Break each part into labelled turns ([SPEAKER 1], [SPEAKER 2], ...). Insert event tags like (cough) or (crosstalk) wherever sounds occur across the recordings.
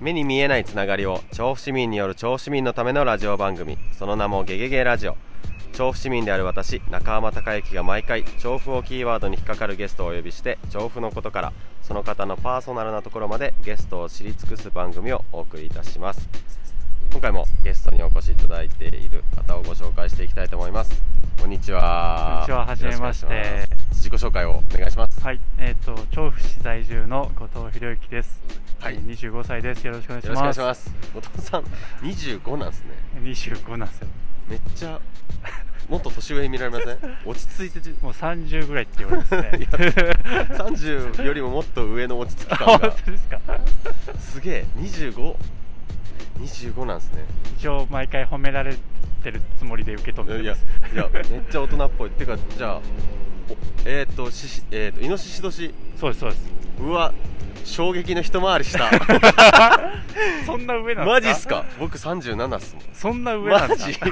[SPEAKER 1] 目に見えないつながりを調布市民による調布市民のためのラジオ番組その名も「ゲゲゲラジオ」調布市民である私中浜孝之が毎回調布をキーワードに引っかかるゲストをお呼びして調布のことからその方のパーソナルなところまでゲストを知り尽くす番組をお送りいたします今回もゲストにお越しいただいている方をご紹介していきたいと思いますこんにちは
[SPEAKER 2] こんにちははじめまして
[SPEAKER 1] よろくお願いします自己紹介をお願いします
[SPEAKER 2] はい、えっ、と調布市在住の後藤博之です。
[SPEAKER 1] はい
[SPEAKER 2] えー25歳です。よろしくお願いし
[SPEAKER 1] よろしくお願
[SPEAKER 2] ま
[SPEAKER 1] い
[SPEAKER 2] す。
[SPEAKER 1] します後藤さん25なんですね
[SPEAKER 2] 25なんですよ。
[SPEAKER 1] めっちゃ (laughs) もっと年上に見られ
[SPEAKER 2] (laughs)
[SPEAKER 1] ません落ち着いてじ
[SPEAKER 2] もう30ぐらいって言われますね
[SPEAKER 1] (laughs) いや。30よりももっと上の落ち着き
[SPEAKER 2] あ
[SPEAKER 1] 感
[SPEAKER 2] 本
[SPEAKER 1] が
[SPEAKER 2] (laughs) 当ですか。
[SPEAKER 1] すげえ2525なんですね
[SPEAKER 2] 一応毎回褒められてるつもりで受け止め
[SPEAKER 1] い
[SPEAKER 2] て
[SPEAKER 1] や
[SPEAKER 2] ま
[SPEAKER 1] い
[SPEAKER 2] す。
[SPEAKER 1] やめっちゃ大人っぽいってかじゃあおえっ、ー、とししえっ、とイノシシ年
[SPEAKER 2] そうですそうです。
[SPEAKER 1] うわ衝撃の一回りした
[SPEAKER 2] (laughs) そんな上なんですか。
[SPEAKER 1] マジっすか僕37っすもん
[SPEAKER 2] そんな上なん
[SPEAKER 1] マ
[SPEAKER 2] です
[SPEAKER 1] ジ (laughs)
[SPEAKER 2] か。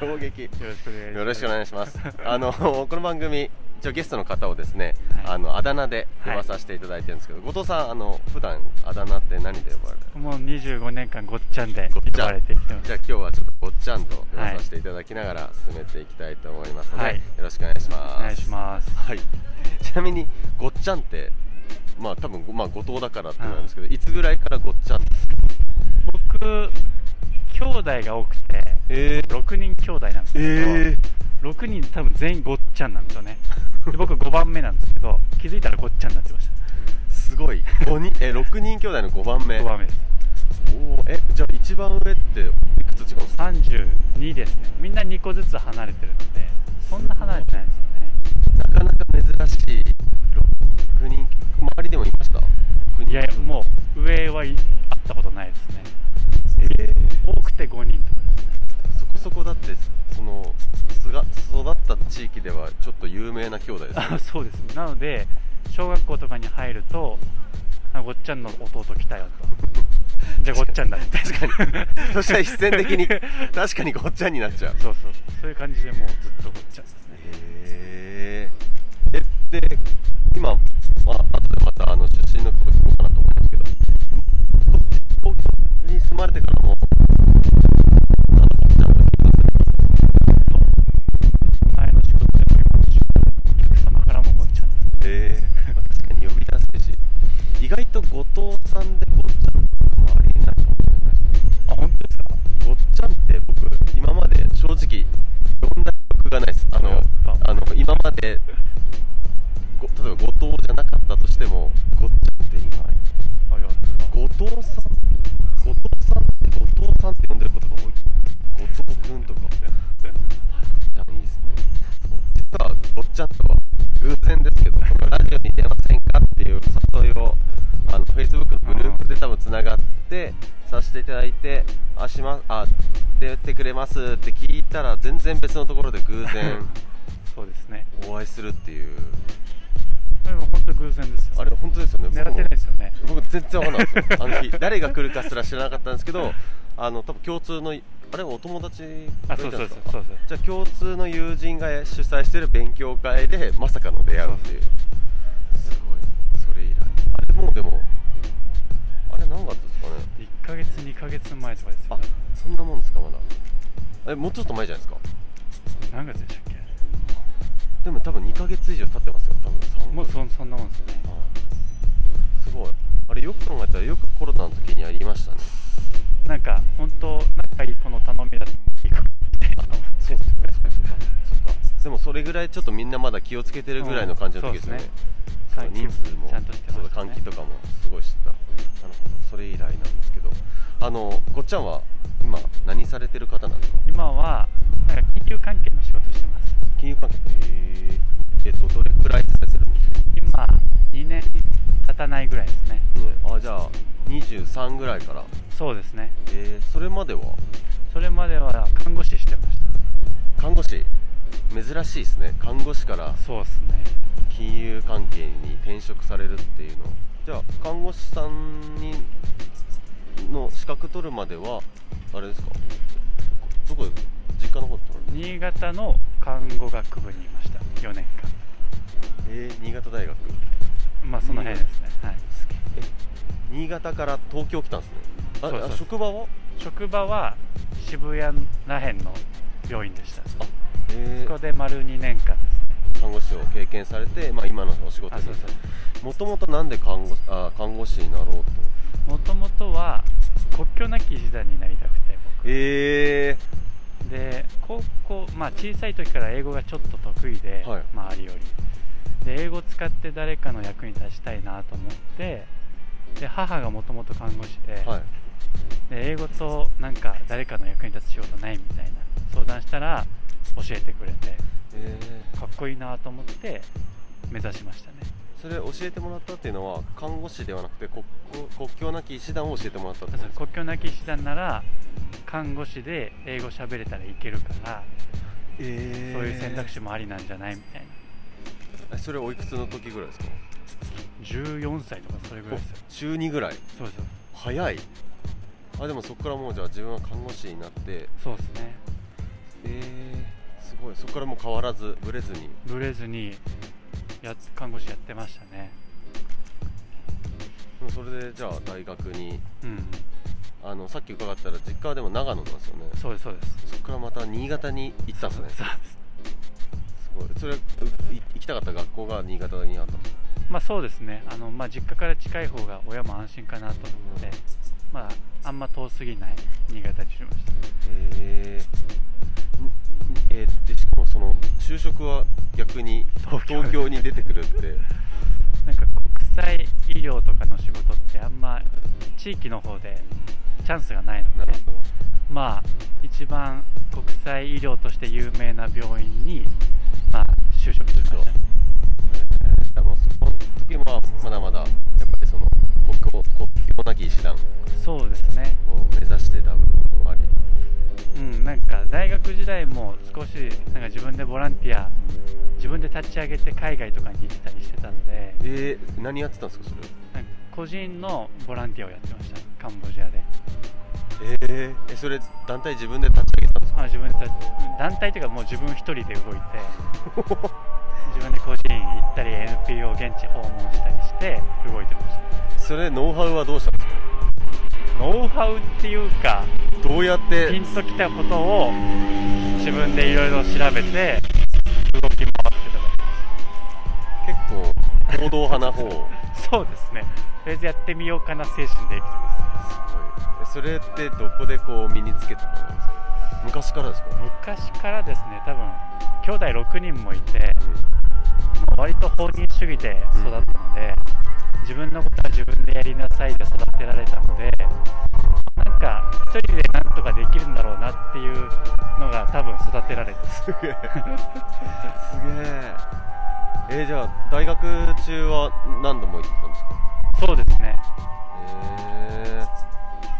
[SPEAKER 1] 衝撃
[SPEAKER 2] よろしくお願いします。
[SPEAKER 1] よろしくお願いし
[SPEAKER 2] (laughs)
[SPEAKER 1] ます。あのこの番組一応ゲストの方をですね、
[SPEAKER 2] はい
[SPEAKER 1] あのあだ名で呼ばさせていただいてるんですけど、後藤さんあの普段あだ名って何で呼ばれる？
[SPEAKER 2] もう25年間ごっちゃんで
[SPEAKER 1] ごっち
[SPEAKER 2] 呼
[SPEAKER 1] ゃん
[SPEAKER 2] ばれてきてます
[SPEAKER 1] じ。ゃあ今日はちょっとごっちゃんと呼ばさせていただきながら進めていきたいと思いますので、
[SPEAKER 2] はい
[SPEAKER 1] よろしくお願いします。
[SPEAKER 2] お願いします。
[SPEAKER 1] はい。ちなみにごっちゃんってまあ多分まあ後藤だからってなんですけど、いつぐらいからごっちゃん？
[SPEAKER 2] 僕兄弟が多くて
[SPEAKER 1] え
[SPEAKER 2] 6人兄弟なんですけど。6人多分全員ごっちゃんなんですよ (laughs) ねで僕5番目なんですけど気づいたらごっちゃんになってまし
[SPEAKER 1] すごい。五人え六人兄弟の五番
[SPEAKER 2] た
[SPEAKER 1] 目。
[SPEAKER 2] 5番目です
[SPEAKER 1] おーえじゃあ一番上っていくつ違うんですか？
[SPEAKER 2] 32ですねみんな2個ずつ離れてるのでそんな離れてないんですよね
[SPEAKER 1] なかなか珍しい6人周りでもいました6人
[SPEAKER 2] いやいやもう上はい会ったことないですね多くて5人とかですね
[SPEAKER 1] そこそこだってそのすが育った地域ではちょっと有名な兄弟です
[SPEAKER 2] (laughs)
[SPEAKER 1] よ
[SPEAKER 2] あそうですねなので小学校とかに入るとあごっちゃんの弟来たよとじゃあごっちゃんだって (laughs) 確かに
[SPEAKER 1] そしたら必然的に確かにごっちゃんになっちゃう
[SPEAKER 2] そうそうそういう感じでもうずっとごっちゃんですね
[SPEAKER 1] へええで今、まあ後でまたあの出身のこと聞こうかなと思うんですけど東京に住まれてからもあのちゃんと聞いて
[SPEAKER 2] 前の仕事でもごっちゃんお客様からもごっちゃん
[SPEAKER 1] ええ確かに呼び出せるし意外と後藤さんでごっちゃんの周りになるかもしれないです
[SPEAKER 2] あ本当ですか
[SPEAKER 1] ごっちゃんって僕今まで正直呼んだ記憶がないですあ
[SPEAKER 2] や
[SPEAKER 1] の
[SPEAKER 2] っぱ
[SPEAKER 1] あの今までご例えば後藤じゃなかったとしてもごっちゃんって今
[SPEAKER 2] あいや
[SPEAKER 1] 後藤さん後藤さんって後藤さんって呼んでることが多い後藤くんとかごっちゃんいいですね実はごっちゃんとは偶然ですけどこのラジオに出ませんかっていうお誘いをあの Facebook のグループで多分つながってさせていただいてあしまあ出てくれますって聞いたら全然別のところで偶然
[SPEAKER 2] そうですね
[SPEAKER 1] お会いするっていう
[SPEAKER 2] これも本当偶然ですよ
[SPEAKER 1] あれ本当ですよね僕
[SPEAKER 2] 狙
[SPEAKER 1] も
[SPEAKER 2] ってないですよね
[SPEAKER 1] 僕全然わかんないですよあの
[SPEAKER 2] (laughs)
[SPEAKER 1] 日誰が来るかすら知らなかったんですけどあの多分共通のあれお友達が
[SPEAKER 2] あ
[SPEAKER 1] いた
[SPEAKER 2] そ
[SPEAKER 1] ん
[SPEAKER 2] うそ
[SPEAKER 1] で
[SPEAKER 2] う
[SPEAKER 1] す
[SPEAKER 2] そう
[SPEAKER 1] か
[SPEAKER 2] そうそう
[SPEAKER 1] じゃあ共通の友人が主催してる勉強会でまさかの出会うっていうすごいそれ以来あれもうでもあれ何月ですかね
[SPEAKER 2] 1ヶ月2ヶ月前とかです
[SPEAKER 1] あ
[SPEAKER 2] よ
[SPEAKER 1] そんなもんですかまだえもうちょっと前じゃないですか
[SPEAKER 2] 何月でしたっ
[SPEAKER 1] でも多分2ヶ月以上経ってますよ多分3ヶ
[SPEAKER 2] け
[SPEAKER 1] 月
[SPEAKER 2] もうそんそんなもんですね
[SPEAKER 1] あすごいあれよく考えたらよくコロナの時にやりましたね
[SPEAKER 2] なんか本当仲いい子の頼みだったら行く
[SPEAKER 1] そうですね。そっか。でもそれぐらいちょっとみんなまだ気をつけてるぐらいの感じの時ですよね。
[SPEAKER 2] そう
[SPEAKER 1] そう
[SPEAKER 2] ですね
[SPEAKER 1] 人数も
[SPEAKER 2] ちゃんとしてましたね
[SPEAKER 1] そうだ換気とかもすごいしてた。なるほど。それ以来なんですけど、あのごっちゃんは今何されてる方なんですか。
[SPEAKER 2] 今はなんか金融関係の仕事してます
[SPEAKER 1] 金融関係。へえ。えっとどれくらいされてるんですか。
[SPEAKER 2] 今2年経たないぐらいですね
[SPEAKER 1] あじゃあ二十三ぐらいから。
[SPEAKER 2] そうですね
[SPEAKER 1] ええそれまでは
[SPEAKER 2] それまでは看護師してまし
[SPEAKER 1] 看護師。珍しいですね看護師から
[SPEAKER 2] たそうですね
[SPEAKER 1] 金融関係に転職されるっていうのじゃあ看護師さんにの資格取るまではあれですかどこどこで実家の方で取られる
[SPEAKER 2] 新潟の看護学部にいました4年間
[SPEAKER 1] えー、新潟大学
[SPEAKER 2] まあその辺ですね、はい、
[SPEAKER 1] え新潟から東京来たんですねあ
[SPEAKER 2] そうで
[SPEAKER 1] あ
[SPEAKER 2] すそうです
[SPEAKER 1] 職場は
[SPEAKER 2] 職場は渋谷らへんの病院でした
[SPEAKER 1] あえ
[SPEAKER 2] そこで丸2年間ですね
[SPEAKER 1] ー、看護師を経験されて、まあ、今のお仕事
[SPEAKER 2] あ
[SPEAKER 1] に
[SPEAKER 2] そうそう
[SPEAKER 1] もともとなんで看護あ看護師になろうと
[SPEAKER 2] もともとは国境なき医師団になりたくて僕
[SPEAKER 1] え
[SPEAKER 2] で高校、まあ、小さい時から英語がちょっと得意で、
[SPEAKER 1] はい
[SPEAKER 2] 周りよりで英語を使って誰かの役に立ちたいなと思ってで母がもともと看護師で,、
[SPEAKER 1] ー、はい
[SPEAKER 2] で英語となんか誰かの役に立つ仕事ないみたいな相談したら教えてくれて
[SPEAKER 1] えー、
[SPEAKER 2] かっこいいなと思って目指しましたね
[SPEAKER 1] それ教えてもらったっていうのは看護師ではなくて国国国境なき医師団を教えてもらったってこと
[SPEAKER 2] そう
[SPEAKER 1] ですか
[SPEAKER 2] 国境なき医師団なら看護師で英語喋れたらいけるから、
[SPEAKER 1] え
[SPEAKER 2] そういう選択肢もありなんじゃないみたいな
[SPEAKER 1] えそれおいくつの時ぐらいですか
[SPEAKER 2] 14歳とかそれぐらいですよ
[SPEAKER 1] お中2ぐらい
[SPEAKER 2] そうですよ
[SPEAKER 1] 早いあでもそこからもうじゃあ自分は看護師になって
[SPEAKER 2] そうですね
[SPEAKER 1] えー、すごいそこからもう変わらずブレずに
[SPEAKER 2] ブレずにやっ看護師やってましたね
[SPEAKER 1] もうそれでじゃあ大学に
[SPEAKER 2] うん
[SPEAKER 1] あのさっき伺ったら実家はでも長野なんですよね
[SPEAKER 2] そうですそうです
[SPEAKER 1] そこからまた新潟に行ったんですねす
[SPEAKER 2] そうです
[SPEAKER 1] ごいそれうい行きたかった学校が新潟にあったんですか
[SPEAKER 2] まあそうですねあの、まあ、実家から近い方が親も安心かなと思って、
[SPEAKER 1] うん
[SPEAKER 2] まああんま遠すぎない新潟にしました
[SPEAKER 1] へえんんえー、でしかもその就職は逆に
[SPEAKER 2] 東京
[SPEAKER 1] 東京に出てくるって
[SPEAKER 2] なんか国際医療とかの仕事ってあんま地域の方でチャンスがないの
[SPEAKER 1] な
[SPEAKER 2] で
[SPEAKER 1] るほど
[SPEAKER 2] まあ一番国際医療として有名な病院にまあ就職しましたね
[SPEAKER 1] でもその時はまだまだやっぱりその国境国境なき医師団を
[SPEAKER 2] そうですね
[SPEAKER 1] 目指してた部分もあり
[SPEAKER 2] うん、なんか大学時代も少しなんか自分でボランティア自分で立ち上げて海外とかに行ってたりしてたので
[SPEAKER 1] えー、何やってたんですか
[SPEAKER 2] なんか個人のボランティアをやってましたカンボジアで
[SPEAKER 1] それえー、えそれ団体自分で立ち上げたんですか
[SPEAKER 2] あ自分た団体というかもう自分一人で動いて自分で個人行ったり NPO 現地訪問したりして動いてまし
[SPEAKER 1] それノウハウはどうしたんですか
[SPEAKER 2] たノウハウっていうか
[SPEAKER 1] どうやっ
[SPEAKER 2] ピ
[SPEAKER 1] て
[SPEAKER 2] ンときたことを自分でいろいろ調べて動き回ってただけです
[SPEAKER 1] 結構行動派な方す (laughs) ごい
[SPEAKER 2] そうですね。とりあえずやってみようかな精神で生きてま
[SPEAKER 1] えそれってどこでこう身につけたものなんですか昔からですか、
[SPEAKER 2] す。昔からですね、多分兄弟6人もいて、
[SPEAKER 1] う
[SPEAKER 2] まあ割と放任主義で育ったので、自分のことは自分でやりなさいで育てられたので、なんか一人でなんとかできるんだろうなっていうのが多分育てられて、
[SPEAKER 1] ん、すげえすげええー、じゃあ大学中は何度も行ってたんですか
[SPEAKER 2] そうですね。
[SPEAKER 1] へー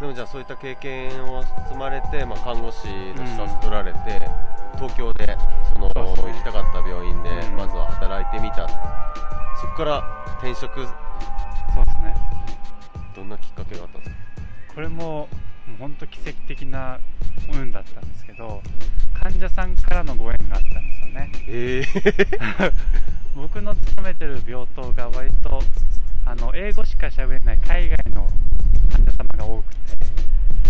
[SPEAKER 1] でもじゃあそういった経験を積まれて、まあ、看護師の資格取られて、東京でその
[SPEAKER 2] そうですね
[SPEAKER 1] 行きたかった病院で
[SPEAKER 2] うん
[SPEAKER 1] まずは働いてみた、そこから転職
[SPEAKER 2] そうですね。
[SPEAKER 1] どんなきっかけがあったんですか
[SPEAKER 2] これも本当奇跡的な運だったんですけど、患者さんからのご縁があったんですよね。
[SPEAKER 1] えー、
[SPEAKER 2] 僕の勤めてる病棟が割とあの英語しか喋れない海外の患者様が多くて、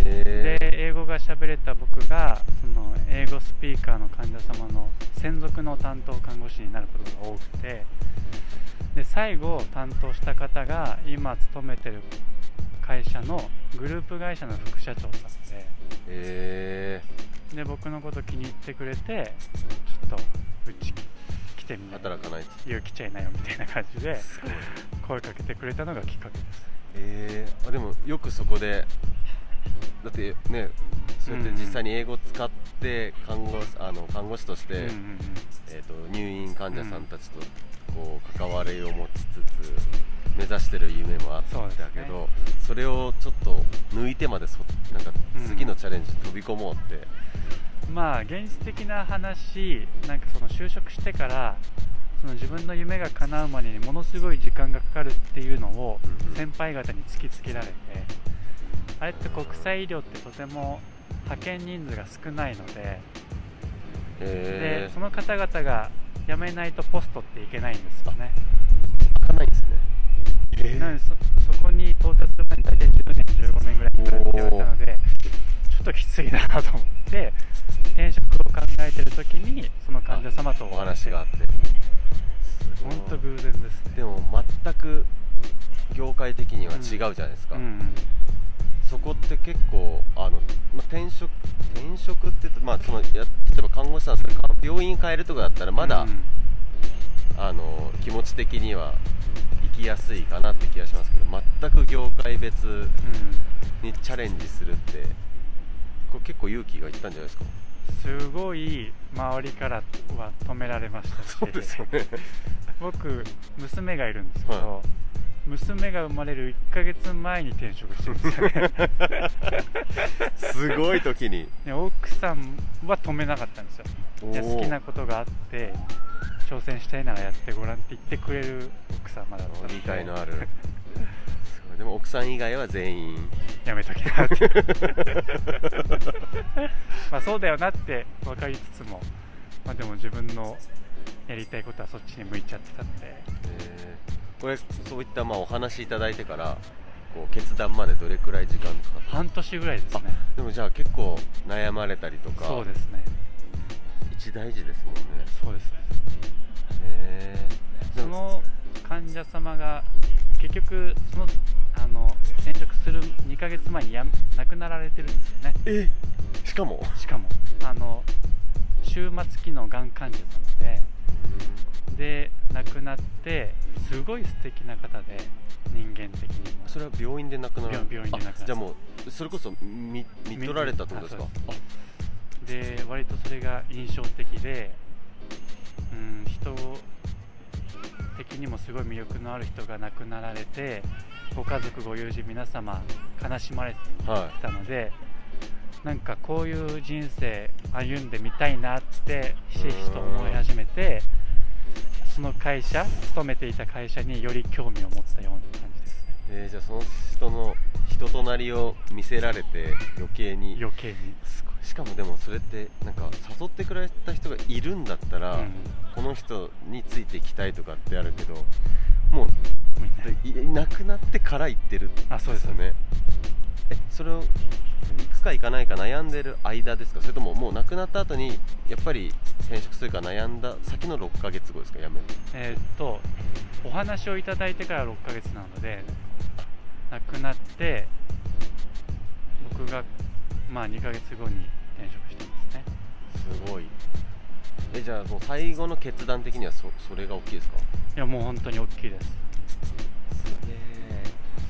[SPEAKER 1] (laughs) え
[SPEAKER 2] で英語が喋れた僕がその英語スピーカーの患者様の専属の担当看護師になることが多くてで最後担当した方が今勤めてる会社のグループ会社の副社長さんで。
[SPEAKER 1] え
[SPEAKER 2] で僕のこと気に入ってくれてちょっとうち来てみ
[SPEAKER 1] ー
[SPEAKER 2] な
[SPEAKER 1] 働かないと
[SPEAKER 2] 勇気ちゃいなよみたいな感じで
[SPEAKER 1] ごい
[SPEAKER 2] 声かけてくれたのがきっかけです
[SPEAKER 1] えー、あでもよくそこでだってねそうやって実際に英語を使って看護師あの看護師として、
[SPEAKER 2] うんうんうん
[SPEAKER 1] えー、と入院患者さんたちとこう関わりを持ちつつ、目指してる夢もあった
[SPEAKER 2] そうんです
[SPEAKER 1] だ
[SPEAKER 2] ね
[SPEAKER 1] けどそ,、れをちょっと抜いてまでそなんか
[SPEAKER 2] うん
[SPEAKER 1] 次のチャレンジに飛び込もうって、
[SPEAKER 2] まあ現実的な話なんかその就職してからその自分の夢が叶うまでにものすごい時間がかかるっていうのを
[SPEAKER 1] うんうん
[SPEAKER 2] 先輩方に突きつけられてあれって国際医療ってとても派遣人数が少ないので
[SPEAKER 1] え
[SPEAKER 2] で
[SPEAKER 1] ー、
[SPEAKER 2] その方々が辞めないとポストっていけないんですよね
[SPEAKER 1] 開かないんですね。え
[SPEAKER 2] なのでそそこに到達するまでに大体10年15年ぐらいかかるって言われたのでちょっときついなと思って転職を考えてる時にその患者様と
[SPEAKER 1] お話があってすごい
[SPEAKER 2] 本当偶然ですね
[SPEAKER 1] でも全く業界的には違うじゃないですか、
[SPEAKER 2] うんうん
[SPEAKER 1] そこって結構あの、まあ、転職転職って言って、まあ、そのや例えば看護師さんだったらか病院変えるとかだったらまだ、
[SPEAKER 2] うん
[SPEAKER 1] あの気持ち的には行きやすいかなって気がしますけど全く業界別にチャレンジするってこれ結構勇気がいったんじゃないですか
[SPEAKER 2] (laughs) うんすごい周りからは止められましたし
[SPEAKER 1] ね
[SPEAKER 2] 僕娘がいるんですけど、
[SPEAKER 1] は
[SPEAKER 2] 娘が生まれる1ヶ月前に転職してるんですよ
[SPEAKER 1] (laughs)
[SPEAKER 2] ね
[SPEAKER 1] すごい時に
[SPEAKER 2] で奥さんは止めなかったんですよじゃあ好きなことがあって挑戦したいならやってごらんって言ってくれる奥様だったので
[SPEAKER 1] 理解のあるすごいでも奥さん以外は全員
[SPEAKER 2] やめときなって (laughs) まあそうだよなって分かりつつも、まあ、でも自分のやりたいことはそっちに向いちゃってたんで
[SPEAKER 1] えーこれそういったまあお話いただいてからこう決断までどれくらい時間かかった
[SPEAKER 2] 半年ぐらいですね
[SPEAKER 1] でもじゃあ結構悩まれたりとか
[SPEAKER 2] そうですね
[SPEAKER 1] 一大事ですもんね
[SPEAKER 2] そうです
[SPEAKER 1] へえ
[SPEAKER 2] その患者様が結局そのあの転職する2ヶ月前にやん亡くなられてるんですよね
[SPEAKER 1] えしかも (laughs)
[SPEAKER 2] しかもあの終末期のがん患者さんでで亡くなってすごい素敵な方で人間的にも
[SPEAKER 1] それは病院で亡くなら
[SPEAKER 2] 病病院で亡くなられた
[SPEAKER 1] あじゃあもうそれこそ見見取られたってことですか
[SPEAKER 2] 見で割とそれが印象的でうん人的にもすごい魅力のある人が亡くなられてご家族ご友人皆様悲しまれて
[SPEAKER 1] あはい
[SPEAKER 2] たのでなんかこういう人生歩んでみたいなってひしひしと思い始めてその会社勤めていた会社により興味を持ったような感じですね
[SPEAKER 1] えーじゃあその人の人となりを見せられて余計に
[SPEAKER 2] 余計に、
[SPEAKER 1] すごいしかもでもそれってなんか誘ってくれた人がいるんだった
[SPEAKER 2] う
[SPEAKER 1] ら、
[SPEAKER 2] ん、
[SPEAKER 1] この人についていきたいとかってあるけどもう
[SPEAKER 2] みたい
[SPEAKER 1] いいなくなってから行ってるって
[SPEAKER 2] あそうです
[SPEAKER 1] よねえそれを行くか行かないか悩んでる間ですかそれとももう亡くなった後にやっぱり転職するか悩んだ先の6ヶ月後ですか辞める
[SPEAKER 2] えーっとお話をいただいてから6ヶ月なので亡くなって僕がまあ2ヶ月後に転職したんですね
[SPEAKER 1] すごいえじゃあもう最後の決断的にはそそれが大きいですか
[SPEAKER 2] いやもう本当に大きいです
[SPEAKER 1] すげえ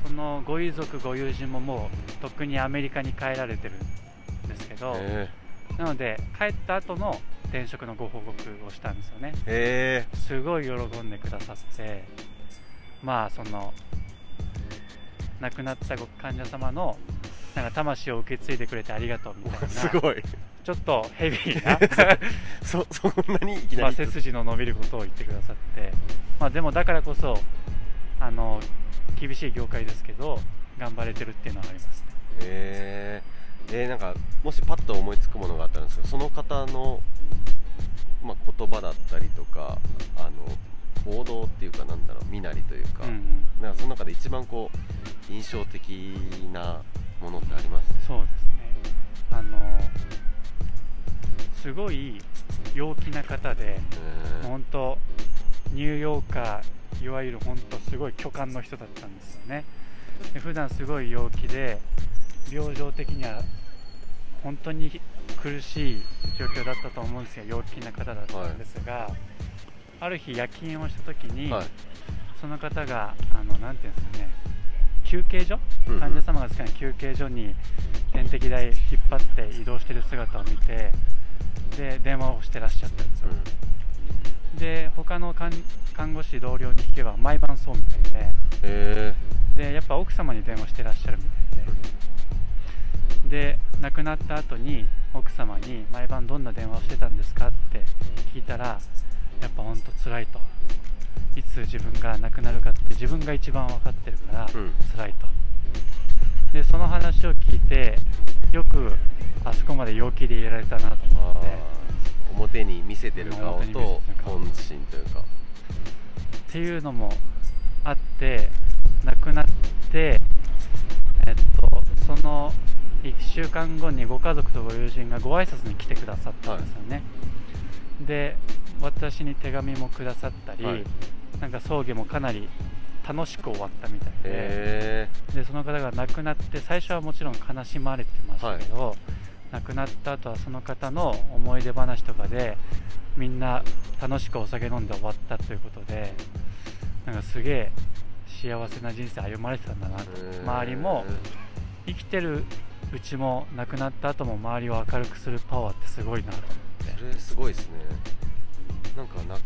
[SPEAKER 2] そのご遺族ご友人ももうとっくにアメリカに帰られてるんですけど、
[SPEAKER 1] へ
[SPEAKER 2] なので帰った後の転職のご報告をしたんですよね
[SPEAKER 1] え
[SPEAKER 2] すごい喜んでくださってまあその亡くなったご患者様のなんか魂を受け継いでくれてありがとうみたい
[SPEAKER 1] (laughs)
[SPEAKER 2] な
[SPEAKER 1] すごい
[SPEAKER 2] ちょっとヘ
[SPEAKER 1] (laughs)
[SPEAKER 2] ビーな
[SPEAKER 1] そ (laughs) そんなにいき
[SPEAKER 2] ま
[SPEAKER 1] な
[SPEAKER 2] あ
[SPEAKER 1] り
[SPEAKER 2] 背筋の伸びることを言ってくださって、まあ、でもだからこそあの厳しい業界ですけど頑張れてるっていうのはありますね
[SPEAKER 1] えー、えーなんかもしパッと思いつくものがあったんですけどその方の、まあ、言葉だったりとかあの行動っていうかなんだろう身なりというか,、
[SPEAKER 2] うんうん
[SPEAKER 1] なんかその中で一番こう印象的なものってあります
[SPEAKER 2] そうですねあのすごい陽気な方で
[SPEAKER 1] うーん
[SPEAKER 2] 本当ニューヨーカーいわゆる本当すごい巨漢の人だったんですよねで普段すごい陽気で病状的には本当に苦しい状況だったと思うんですよ陽気な方だったんですが、ある日夜勤をした時に、
[SPEAKER 1] はい
[SPEAKER 2] その方があのなんていうんですかね休憩所
[SPEAKER 1] うんうん
[SPEAKER 2] 患者様が好きな休憩所に点滴台引っ張って移動してる姿を見てで電話をしてらっしゃったんですよ、
[SPEAKER 1] うん
[SPEAKER 2] で他の看看護師同僚に聞けば毎晩そうみたい
[SPEAKER 1] え
[SPEAKER 2] ででやっぱ奥様に電話してらっしゃるみたいでで亡くなった後に奥様に毎晩どんな電話をしてたんですかって聞いたらやっぱほんと辛いといつ自分が亡くなるかって自分が一番分かってるから
[SPEAKER 1] うん
[SPEAKER 2] 辛いと、でその話を聞いてよくあそこまで陽気でいられたなと
[SPEAKER 1] ー、
[SPEAKER 2] 思
[SPEAKER 1] あ
[SPEAKER 2] って
[SPEAKER 1] ー表に見せてる顔
[SPEAKER 2] 表に見せ
[SPEAKER 1] と
[SPEAKER 2] てる顔
[SPEAKER 1] 本心というか
[SPEAKER 2] っていうのもあって亡くなって、えっと、その1週間後にご家族とご友人がご挨拶に来てくださったんですよね、で私に手紙もくださったり、
[SPEAKER 1] はい
[SPEAKER 2] なんか葬儀もかなり楽しく終わったみたいで、
[SPEAKER 1] へ
[SPEAKER 2] でその方が亡くなって最初はもちろん悲しまれてましたけど、亡くなった後はその方の思い出話とかでみんな楽しくお酒飲んで終わったということでなんかすげえ幸せな人生歩まれてたんだなと
[SPEAKER 1] え
[SPEAKER 2] 周りも生きてるうちも亡くなった後も周りを明るくするパワーってすごいなと
[SPEAKER 1] それすごいですねなんかな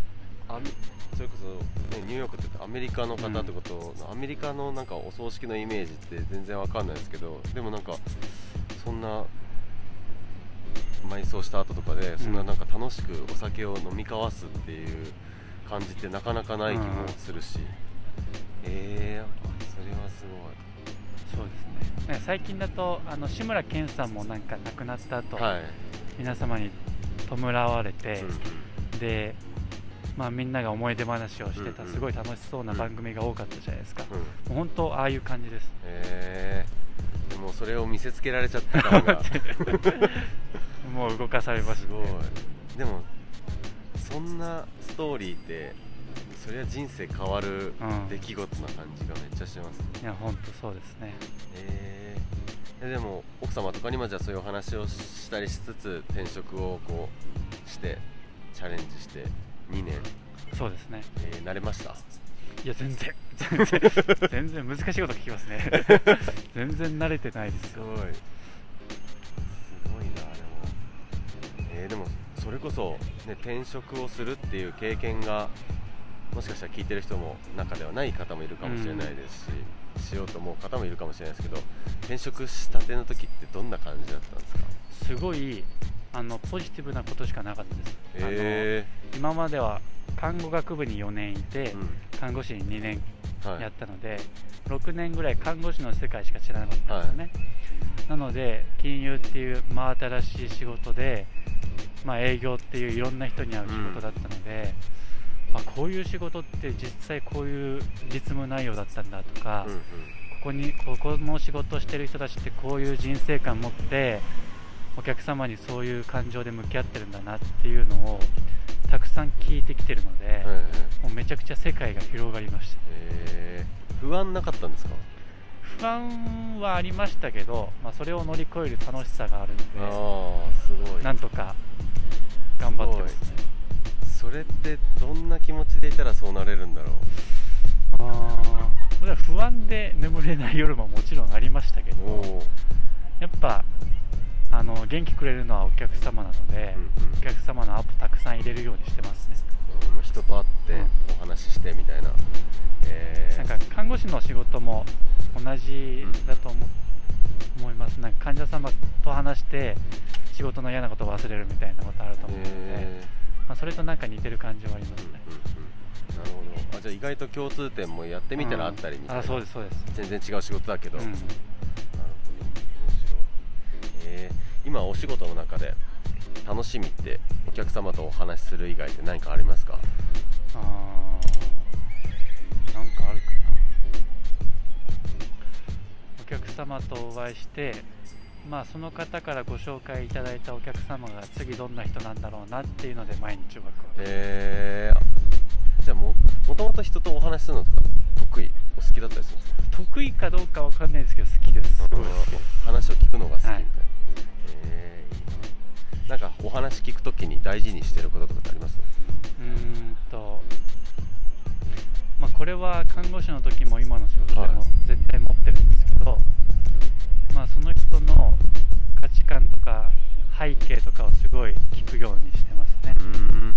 [SPEAKER 1] アメそれこそ、ね、ニューヨークってアメリカの方ってこと、アメリカのなんかお葬式のイメージって全然わかんないですけどでもなんかそんな埋葬した後とかでそんななんか楽しくお酒を飲み交わすっていう感じってなかなかない気もするし、えー、それはす
[SPEAKER 2] そうですねね最近だとあの志村けんさんもなんか亡くなった後、
[SPEAKER 1] ごいはい、
[SPEAKER 2] 皆様に弔われて、
[SPEAKER 1] うん
[SPEAKER 2] で、まあ、みんなが思い出話をしてた、
[SPEAKER 1] うんうん
[SPEAKER 2] すごい楽しそうな番組が多かったじゃないですか、も
[SPEAKER 1] うん
[SPEAKER 2] う本当ああいう感じです
[SPEAKER 1] えー、でもそれを見せつけられちゃった感が
[SPEAKER 2] もう動かされますす
[SPEAKER 1] ごいでもそんなストーリーってそりゃ人生変わる
[SPEAKER 2] うん
[SPEAKER 1] 出来事な感じがめっちゃしますね、
[SPEAKER 2] いや本当そうですね
[SPEAKER 1] えーえでも奥様とかにもじゃあそういうお話をしたりしつつ転職をこうしてチャレンジして2年、
[SPEAKER 2] そうですね
[SPEAKER 1] えー慣れました
[SPEAKER 2] いや全 (laughs) 然全然全然難しいこと聞きますね (laughs) 全然慣れてないですよ
[SPEAKER 1] いすごいなでもえーでもそれこそ、ね、転職をするっていう経験がもしかしたら聞いてる人も中ではない方もいるかもしれないですし、しようと思う方もいるかもしれないですけど転職したての時ってどんな感じだったんですか
[SPEAKER 2] すごいあのポジティブなことしかなかったです、
[SPEAKER 1] え
[SPEAKER 2] あの今までは看護学部に4年いて、
[SPEAKER 1] ーうん
[SPEAKER 2] 看護師に2年
[SPEAKER 1] はい
[SPEAKER 2] やったので、6年ぐらい看護師の世界しか知らなかったんですよね、なので金融っていう真新しい仕事で、まあ、営業っていういろんな人に会う仕事だったので、あこういう仕事って実際こういう実務内容だったんだとか、
[SPEAKER 1] うんうん
[SPEAKER 2] ここにここの仕事してる人たちってこういう人生観持ってお客様にそういう感情で向き合ってるんだなっていうのをたくさん聞いてきてるので、
[SPEAKER 1] はいはい
[SPEAKER 2] もうめちゃくちゃ世界が広がりました
[SPEAKER 1] えー不安なかったんですか
[SPEAKER 2] 不安はありましたけど、まあ、それを乗り越える楽しさがある
[SPEAKER 1] あ
[SPEAKER 2] の
[SPEAKER 1] ーすご
[SPEAKER 2] で
[SPEAKER 1] い
[SPEAKER 2] なんとか頑張ってますね
[SPEAKER 1] それってどんな気持ちでいたらそうなれるんだろう
[SPEAKER 2] あー僕は不安で眠れない夜ももちろんありましたけど
[SPEAKER 1] おー
[SPEAKER 2] やっぱあの元気くれるのはお客様なので、
[SPEAKER 1] うんうん
[SPEAKER 2] お客様のアップたくさん入れるようにしてますね、
[SPEAKER 1] 人と会って
[SPEAKER 2] うん
[SPEAKER 1] お話ししてみたいな、えー
[SPEAKER 2] なんか看護師の仕事も同じだと思,、思いますなんか患者様と話して仕事の嫌なことを忘れるみたいなことあると思うので、
[SPEAKER 1] え
[SPEAKER 2] まあ、それとなんか似てる感じはありま
[SPEAKER 1] ーう
[SPEAKER 2] す
[SPEAKER 1] んうん
[SPEAKER 2] ね。
[SPEAKER 1] うんなるほどあじゃあ意外と共通点もやってみたらあったりみたいな、
[SPEAKER 2] あそうですそうです。
[SPEAKER 1] 全然違う仕事だけど、
[SPEAKER 2] うん
[SPEAKER 1] なるほど面白い、えー今お仕事の中で楽しみってお客様とお話しする以外で何かありますか
[SPEAKER 2] あーなんかあるかな。お客様とお会いして、まあその方からご紹介いただいたお客様が次どんな人なんだろうなっていうので毎日ワクワク。
[SPEAKER 1] えーじゃあももともと人とお話しするのとか得意お好きだったりするんですか
[SPEAKER 2] 得意かどうかわかんないですけど好きです。すごい好き。
[SPEAKER 1] 話を聞くのが好きみたいな、
[SPEAKER 2] はい
[SPEAKER 1] えーいいななんかお話聞くときに大事にしてることとかってあります
[SPEAKER 2] うーんと。まあ、これは看護師の時も今の仕事で
[SPEAKER 1] は
[SPEAKER 2] も絶対持ってるんですけど、まあ、その人の価値観とか背景とかをすごい聞くようにしてますね
[SPEAKER 1] ん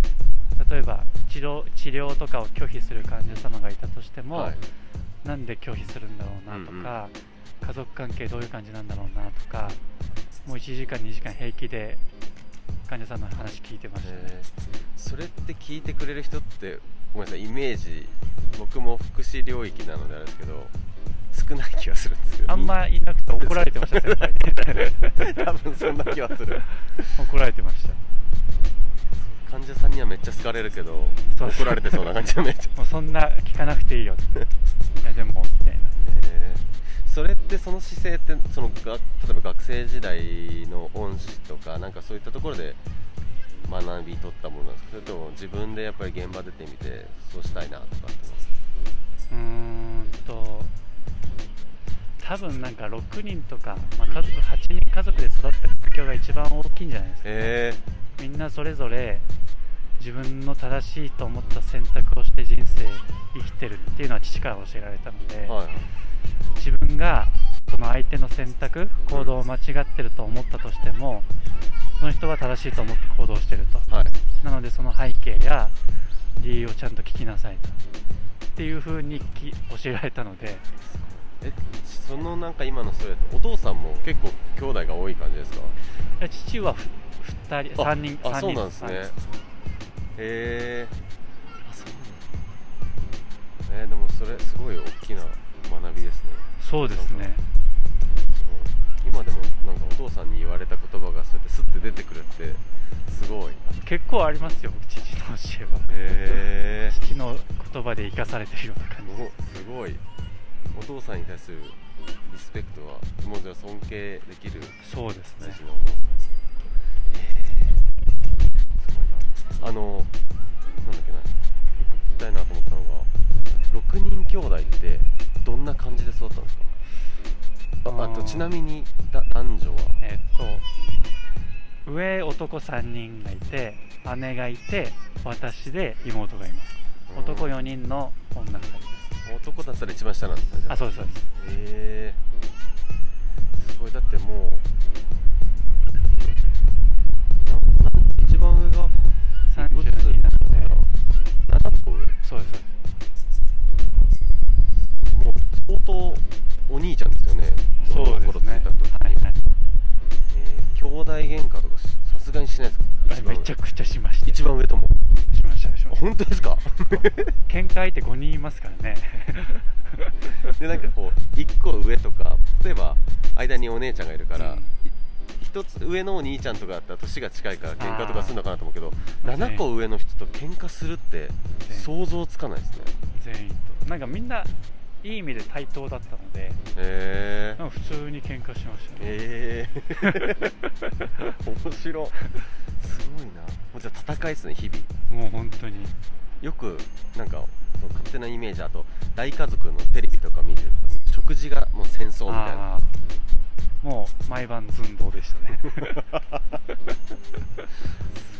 [SPEAKER 2] 例えば治療治療とかを拒否する患者様がいたとしても、
[SPEAKER 1] はい
[SPEAKER 2] なんで拒否するんだろうなとか、家族関係どういう感じなんだろうなとかもう1時間2時間平気で患者さんの話聞いてましたね、
[SPEAKER 1] えーそれって聞いてくれる人ってごめんなさいイメージ僕も福祉領域なのであれですけど少ない気がするんですけど
[SPEAKER 2] あんまいなくて怒られてました先輩に
[SPEAKER 1] (laughs) 多分そんな気がする
[SPEAKER 2] 怒られてました
[SPEAKER 1] 患者さんにはめっちゃ好かれるけど
[SPEAKER 2] そう
[SPEAKER 1] 怒られてそうな感じがめっちゃ
[SPEAKER 2] もうそんな聞かなくていいよいやでもみたいな
[SPEAKER 1] でその姿勢ってそのが例えば学生時代の恩師とかなんかそういったところで学び取ったものなんですかそれとも自分でやっぱり現場出てみてそうしたいなとかってます
[SPEAKER 2] うーんと多分なんか6人とか、まあ、家族8人家族で育った環境が一番大きいんじゃないですか、
[SPEAKER 1] え
[SPEAKER 2] みんなそれぞれ自分の正しいと思った選択をして人生生きてるっていうのは父から教えられたので、
[SPEAKER 1] ー、はい
[SPEAKER 2] 自分がその相手の選択行動を間違ってると思ったとしてもその人は正しいと思って行動してると
[SPEAKER 1] はい
[SPEAKER 2] なのでその背景や理由をちゃんと聞きなさいとっていう風にき教えられたので
[SPEAKER 1] えそのなんか今のそれお父さんも結構兄弟が多い感じですか
[SPEAKER 2] 父はふ2人
[SPEAKER 1] あ
[SPEAKER 2] 3人
[SPEAKER 1] あ
[SPEAKER 2] 3人
[SPEAKER 1] そうなんですね
[SPEAKER 2] はい
[SPEAKER 1] へえあそうなんだえーでもそれすごい大きな学びですね
[SPEAKER 2] そうですね
[SPEAKER 1] すごい今でもなんかお父さんに言われた言葉がそうやってスッて出てくるってすごいへ
[SPEAKER 2] 結構ありますよ父の教えは
[SPEAKER 1] え
[SPEAKER 2] 父の言葉で生かされてるような感じです
[SPEAKER 1] すごいお父さんに対するリスペクトはもうじゃあ尊敬できる
[SPEAKER 2] そうですね
[SPEAKER 1] のお父さんすごいなあのなんだっけな一個聞きたいなと思ったのが6人兄弟ってどんな感じで育ったんですかああと
[SPEAKER 2] あー
[SPEAKER 1] ちなみにだ男女は
[SPEAKER 2] えっと上男3人がいて姉がいて私で妹がいます男
[SPEAKER 1] うん
[SPEAKER 2] 4人の女2人です
[SPEAKER 1] 男だったら一番下なんですねじゃ
[SPEAKER 2] あそうですそうです
[SPEAKER 1] へえすごいだってもうななん一番上が
[SPEAKER 2] 32なので
[SPEAKER 1] 7個上
[SPEAKER 2] そうですそうです
[SPEAKER 1] もう相当お兄ちゃんですよね
[SPEAKER 2] そうですね
[SPEAKER 1] 物心ついた時に、
[SPEAKER 2] はいはい
[SPEAKER 1] えー兄弟喧嘩とかしさすがにしないですか
[SPEAKER 2] めちゃくちゃしました
[SPEAKER 1] 一番上とも
[SPEAKER 2] しましたしました
[SPEAKER 1] 本当です
[SPEAKER 2] (laughs)
[SPEAKER 1] か
[SPEAKER 2] 喧嘩相手5人いますから
[SPEAKER 1] (laughs)
[SPEAKER 2] ね
[SPEAKER 1] でなんかこう1個上とか例えば間にお姉ちゃんがいるから、
[SPEAKER 2] うん
[SPEAKER 1] い一つ上のお兄ちゃんとかだったら年が近いから喧嘩とかするのかなと思うけど
[SPEAKER 2] あー
[SPEAKER 1] 7個上の人と喧嘩するって
[SPEAKER 2] 全員
[SPEAKER 1] 想像つかないですね
[SPEAKER 2] 全員となんかみんないい意味で対等だったので
[SPEAKER 1] へえ
[SPEAKER 2] なんか普通に喧嘩しましたね
[SPEAKER 1] えー、面白いすごいなもうじゃあ戦いですね日々
[SPEAKER 2] もう本当に
[SPEAKER 1] よくなんかそう勝手なイメージあと大家族のテレビとか見てると食事がもう戦争みたいな
[SPEAKER 2] あーもう毎晩寸胴でしたね
[SPEAKER 1] す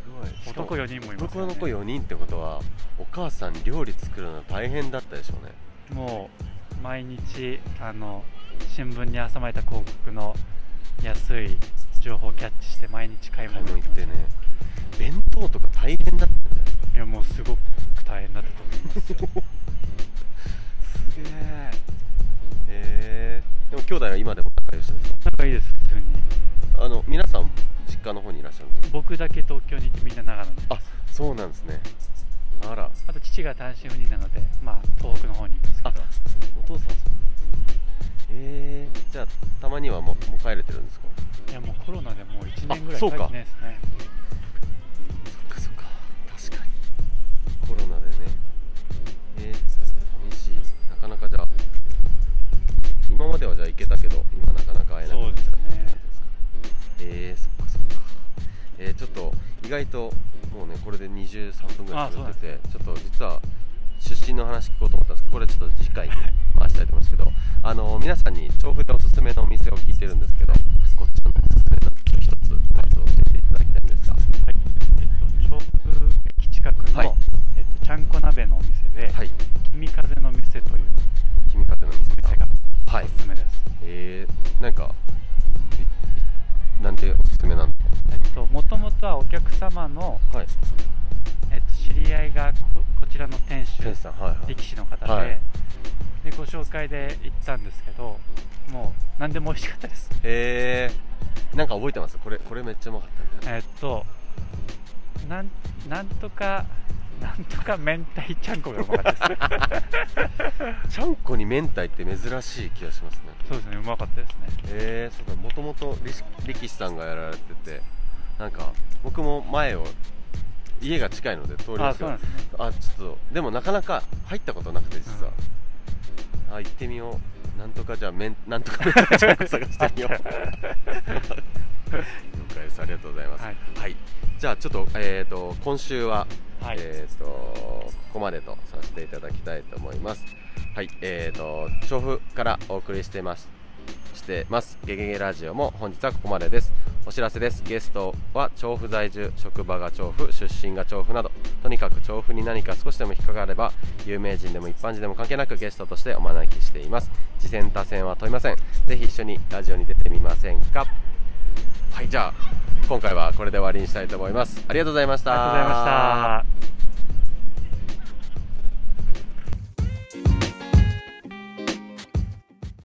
[SPEAKER 1] ごいしかも
[SPEAKER 2] 男4人もいます
[SPEAKER 1] 男
[SPEAKER 2] よね
[SPEAKER 1] の子4人ってことはお母さん料理作るの大変だったでしょうね
[SPEAKER 2] もう毎日あの新聞に挟まれた広告の安い情報をキャッチして毎日買い
[SPEAKER 1] 買い
[SPEAKER 2] 物
[SPEAKER 1] 物
[SPEAKER 2] に
[SPEAKER 1] 行
[SPEAKER 2] 行
[SPEAKER 1] っ
[SPEAKER 2] って
[SPEAKER 1] てね弁当とか大変だったんじゃないですか
[SPEAKER 2] いやもうすごく大変だったと思い (laughs) ますよ
[SPEAKER 1] すげえへえでも兄弟は今でも仲良しですか
[SPEAKER 2] 仲いいです普通に
[SPEAKER 1] あの皆さん実家の方にいらっしゃるんですか
[SPEAKER 2] 僕だけ東京にいてみんな長野に
[SPEAKER 1] あそうなんですねあら
[SPEAKER 2] あと父が単身赴任なのでまあ東北の方にいますけど
[SPEAKER 1] お父さんそうえー、じゃあたまにはもうもう帰れてるんですか
[SPEAKER 2] いやもうコロナでもう1年ぐ
[SPEAKER 1] あ
[SPEAKER 2] らい
[SPEAKER 1] そ
[SPEAKER 2] 帰
[SPEAKER 1] う
[SPEAKER 2] っ
[SPEAKER 1] か
[SPEAKER 2] てないですね
[SPEAKER 1] そっかそっか確かにコロナでねえー、寂しいなかなかじゃあ今まではじゃあ行けたけど今なかなか会えなくなっちゃったって感じですかえー、そっかそっかえー、ちょっと意外ともうねこれで23分ぐらい続いててちょっと実は出身の話聞こうと思ったんですけどこれちょっと次回に回したいと思うんですけどあの皆さんに調布でおすすめのお店を聞いてるんですけどこっちのおすすめの一つまず教えていただきたいんですが
[SPEAKER 2] はいえっと調布駅近くの、
[SPEAKER 1] はい
[SPEAKER 2] えっと、ちゃんこ鍋のお店で、
[SPEAKER 1] はい
[SPEAKER 2] 君風の店という
[SPEAKER 1] 君風のお
[SPEAKER 2] お
[SPEAKER 1] 店
[SPEAKER 2] 店が
[SPEAKER 1] はい
[SPEAKER 2] おすすめです、
[SPEAKER 1] えー、なんかえなんでおすすめなんです
[SPEAKER 2] えっと、もともとはお客様の、
[SPEAKER 1] かはい
[SPEAKER 2] えっと、知り合いがここちらの店主
[SPEAKER 1] 天さんはいはい
[SPEAKER 2] 力士の方で,、
[SPEAKER 1] はい
[SPEAKER 2] でご紹介で行ったんですけどもう何でも美味しかったです (laughs)
[SPEAKER 1] えー、なんか覚えてますこれこれめっちゃうまかったみたいな
[SPEAKER 2] えっとなんなんとかなんとか明太ちゃんこがうま
[SPEAKER 1] (laughs)
[SPEAKER 2] かったです
[SPEAKER 1] ちゃんこに明太って珍しい気がしますね
[SPEAKER 2] そうですねうまかったですね
[SPEAKER 1] えー、そうだもともと力士さんがやられててなんか僕も前を家が近いので通りま
[SPEAKER 2] あ
[SPEAKER 1] すけ
[SPEAKER 2] そ
[SPEAKER 1] ど
[SPEAKER 2] うなんですね
[SPEAKER 1] あちょっとでもなかなか入ったことなくて実は、あ行ってみようなんとかじゃあめんなんとかめんたいちゃんこ探してみよう (laughs)
[SPEAKER 2] あ
[SPEAKER 1] 了解
[SPEAKER 2] っ
[SPEAKER 1] ですありがとうございますは
[SPEAKER 2] (laughs) はいい、
[SPEAKER 1] じゃあちょっとえっ、と今週は、
[SPEAKER 2] はい、
[SPEAKER 1] えっ、とここまでとさせていただきたいと思いますはいえっ、と調布からお送りしてますしてますゲゲゲラジオも本日はここまでですお知らせですゲストは調布在住職場が調布出身が調布などとにかく調布に何か少しでも引っかかれば有名人でも一般人でも関係なくゲストとしてお招きしています次戦他戦は問いませんぜひ一緒にラジオに出てみませんかはいじゃあ今回はこれで終わりにしたいと思いますありがとうございました
[SPEAKER 2] ありがとうございました